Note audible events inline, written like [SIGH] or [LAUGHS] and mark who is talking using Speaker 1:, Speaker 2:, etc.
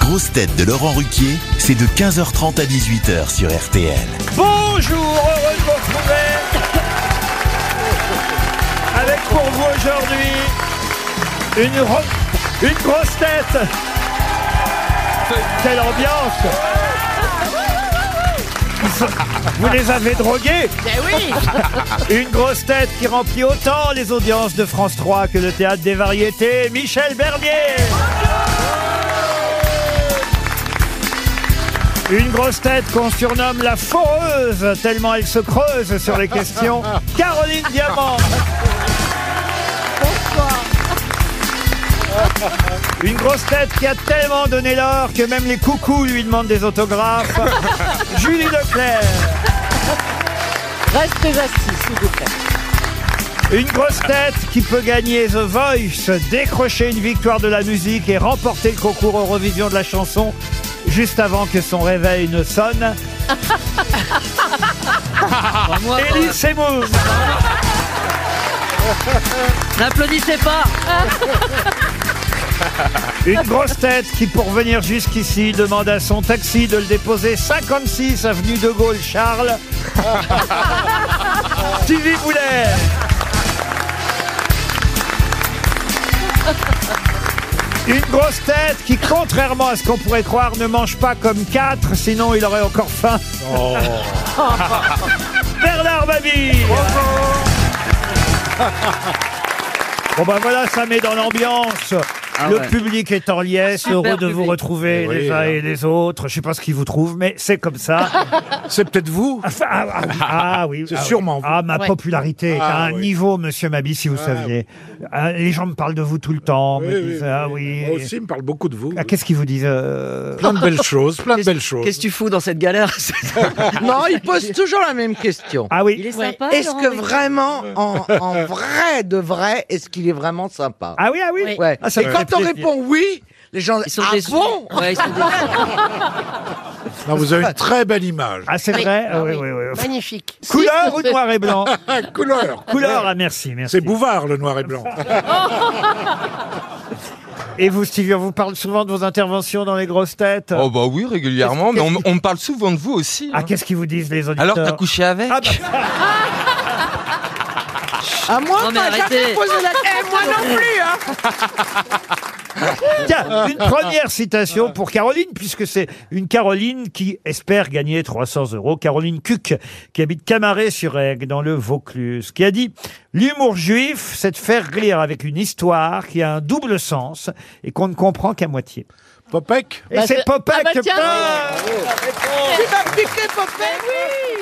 Speaker 1: grosses têtes de Laurent Ruquier, c'est de 15h30 à 18h sur RTL.
Speaker 2: Bonjour, heureux de vous retrouver avec pour vous aujourd'hui une, ro- une grosse tête. Quelle ambiance Ils sont- Vous les avez drogués
Speaker 3: Ben oui
Speaker 2: Une grosse tête qui remplit autant les audiences de France 3 que le théâtre des variétés, Michel Bernier Une grosse tête qu'on surnomme la foreuse, tellement elle se creuse sur les questions, Caroline Diamant Une grosse tête qui a tellement donné l'or que même les coucous lui demandent des autographes, Julie Leclerc
Speaker 3: Restez assis, s'il vous plaît.
Speaker 2: Une grosse tête qui peut gagner The Voice, décrocher une victoire de la musique et remporter le concours Eurovision de la chanson juste avant que son réveil ne sonne. Élie Semoun
Speaker 3: N'applaudissez pas
Speaker 2: Une grosse tête qui, pour venir jusqu'ici, demande à son taxi de le déposer 56 avenue de Gaulle Charles. Stevie Boulet. Une grosse tête qui, contrairement à ce qu'on pourrait croire, ne mange pas comme quatre, sinon il aurait encore faim. [LAUGHS] Bernard Mabille Bon ben voilà, ça met dans l'ambiance. le public est en liesse,
Speaker 3: Super
Speaker 2: heureux de vous
Speaker 3: public.
Speaker 2: retrouver les uns et les autres. Je sais pas ce qu'ils vous trouvent, mais c'est comme ça.
Speaker 4: C'est peut-être vous
Speaker 2: Ah, ah,
Speaker 4: [LAUGHS]
Speaker 2: ah oui,
Speaker 4: C'est
Speaker 2: ah oui.
Speaker 4: sûrement vous.
Speaker 2: Ah ma
Speaker 3: Ouais.
Speaker 2: popularité est à
Speaker 4: Ah,
Speaker 2: un
Speaker 4: oui.
Speaker 2: niveau, Monsieur Mabi, si vous saviez. Ah, les gens me parlent de vous tout le temps. me
Speaker 4: Oui,
Speaker 2: disent,
Speaker 4: oui,
Speaker 2: ah
Speaker 4: oui.
Speaker 2: oui.
Speaker 4: Moi aussi, il me parle beaucoup de vous.
Speaker 2: Ah, Qu'est-ce qu'ils vous disent euh,
Speaker 4: Plein de belles choses, plein de belles choses.
Speaker 5: Qu'est-ce que tu fous dans cette galère [LAUGHS]
Speaker 6: Non, il pose toujours la même question.
Speaker 2: Ah oui.
Speaker 7: Il est
Speaker 3: Ouais.
Speaker 7: sympa.
Speaker 6: Est-ce
Speaker 7: Laurent
Speaker 6: que
Speaker 7: Ruquier
Speaker 6: vraiment, en, en vrai de vrai, est-ce qu'il est vraiment sympa
Speaker 2: Ah oui, ah oui.
Speaker 3: Oui.
Speaker 6: Ouais.
Speaker 2: Ah, ça
Speaker 6: Et
Speaker 2: me fait
Speaker 6: quand on
Speaker 2: plaisir.
Speaker 6: répond oui, les gens
Speaker 5: Ils
Speaker 6: disent
Speaker 5: sont
Speaker 6: Ah
Speaker 5: déçus.
Speaker 6: bon
Speaker 5: Ouais, ils sont déçus.
Speaker 4: Non, vous avez une très belle image.
Speaker 2: Ah c'est
Speaker 3: Oui.
Speaker 2: vrai.
Speaker 3: Ah
Speaker 2: Ah, oui,
Speaker 3: oui.
Speaker 2: oui, oui.
Speaker 3: Magnifique.
Speaker 2: Couleur ou noir et blanc
Speaker 4: Ah, couleur
Speaker 2: Couleur, ah merci, merci.
Speaker 4: C'est Bouvard, le noir et blanc.
Speaker 2: Et vous, Stevie, on vous parle souvent de vos interventions dans les grosses têtes
Speaker 8: Oh bah oui, régulièrement, mais on, on me parle souvent de vous aussi. hein.
Speaker 2: Ah, qu'est-ce qu'ils vous disent les auditeurs
Speaker 8: Alors t'as couché avec
Speaker 2: Ah, bah,
Speaker 6: À moi,
Speaker 5: Non, mais
Speaker 6: pas, j'ai
Speaker 5: arrêtez.
Speaker 6: rien posé la question. moi non plus hein.
Speaker 2: tiens, une première citation pour Caroline, puisque c'est une Caroline qui espère gagner 300 euros. Caroline Cuc, qui habite Camaret sur Aigle, dans le Vaucluse, qui a dit « L'humour juif, c'est de faire rire avec une histoire qui a un double sens et qu'on ne comprend qu'à moitié. »
Speaker 4: Popek
Speaker 2: Et c'est Popek
Speaker 7: Ah bah tiens,
Speaker 2: pas-
Speaker 6: Tu m'as piqué, Popé